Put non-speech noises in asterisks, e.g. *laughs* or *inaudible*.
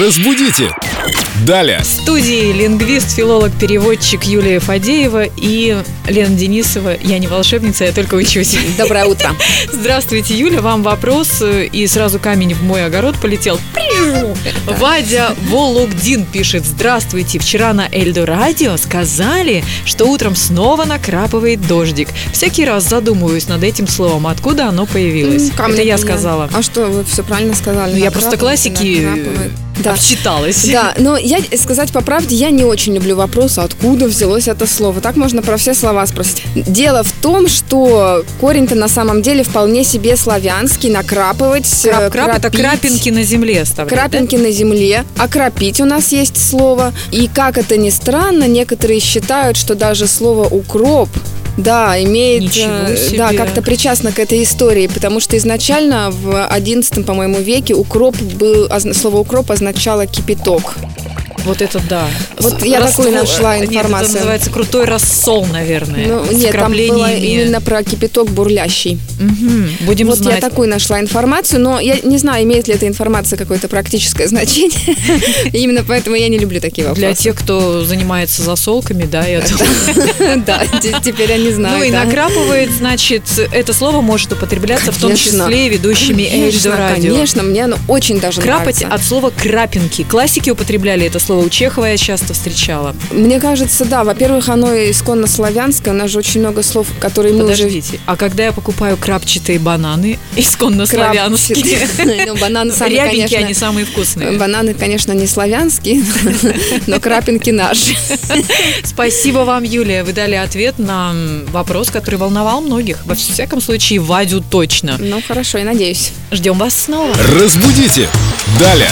Разбудите! Далее! В студии лингвист, филолог, переводчик Юлия Фадеева и Лена Денисова. Я не волшебница, я только учусь. *laughs* Доброе утро. Здравствуйте, Юля. Вам вопрос. э, И сразу камень в мой огород полетел. Прю! Вадя Вологдин пишет. Здравствуйте. Вчера на Эльдо Радио сказали, что утром снова накрапывает дождик. Всякий раз задумываюсь над этим словом. Откуда оно появилось? М, ко Это мне я меня. сказала. А что, вы все правильно сказали. Ну, я просто Накрапывает, классики, э, накрапывает. Да. Обсчиталась. Да, но я э, сказать по правде, я не очень люблю вопрос, откуда взялось это слово. Так можно про все слова спросить. Дело в том, что корень-то на самом деле вполне себе славянский, накрапывать, э, Крап-крап это крапить. крапинки на земле оставлять. да? Крапинки на земле, окропить у нас есть слово. И как это ни странно, некоторые считают, что даже слово укроп да, имеет, Ничего э, себе. да, как-то причастно к этой истории, потому что изначально в 11, по-моему, веке укроп был, озна- слово укроп означало кипяток. Вот это да. Вот я такую нашла Нет, это информацию. называется крутой рассол, наверное. Ну, Э, с нет, там было вкраплениями. именно про кипяток бурлящий. Мгм, Будем вот знать. я такую нашла информацию, но я не знаю, имеет ли эта информация какое-то практическое *laughs* значение. Именно поэтому я не люблю такие Для вопросы. тех, кто занимается засолками, да, я думаю. Да, те- теперь я не знаю. Ну и да. накрапывает, значит, это слово может употребляться в том Конечно. числе и ведущими Конечно, Эльдо радио. Конечно, мне оно очень даже Крапать нравится. от слова крапинки. Классики употребляли это слово у Чехова, я часто встречала. Мне кажется, да. Во-первых, оно исконно славянское. У нас же очень много слов, которые мы Ну, уже... Подождите, а когда я покупаю крапчатые бананы, *laughs* исконно славянские, *laughs* Крапчатые. Ну, бананы сами, рябенькие конечно, они самые вкусные. Бананы, конечно, не славянские, *laughs* но *laughs* крапинки наши. Спасибо вам, Юлия. Вы дали ответ на м, вопрос, который волновал многих. Во всяком случае, Вадю точно. Ну, хорошо, я надеюсь. Ждем вас снова. Разбудите! Далее!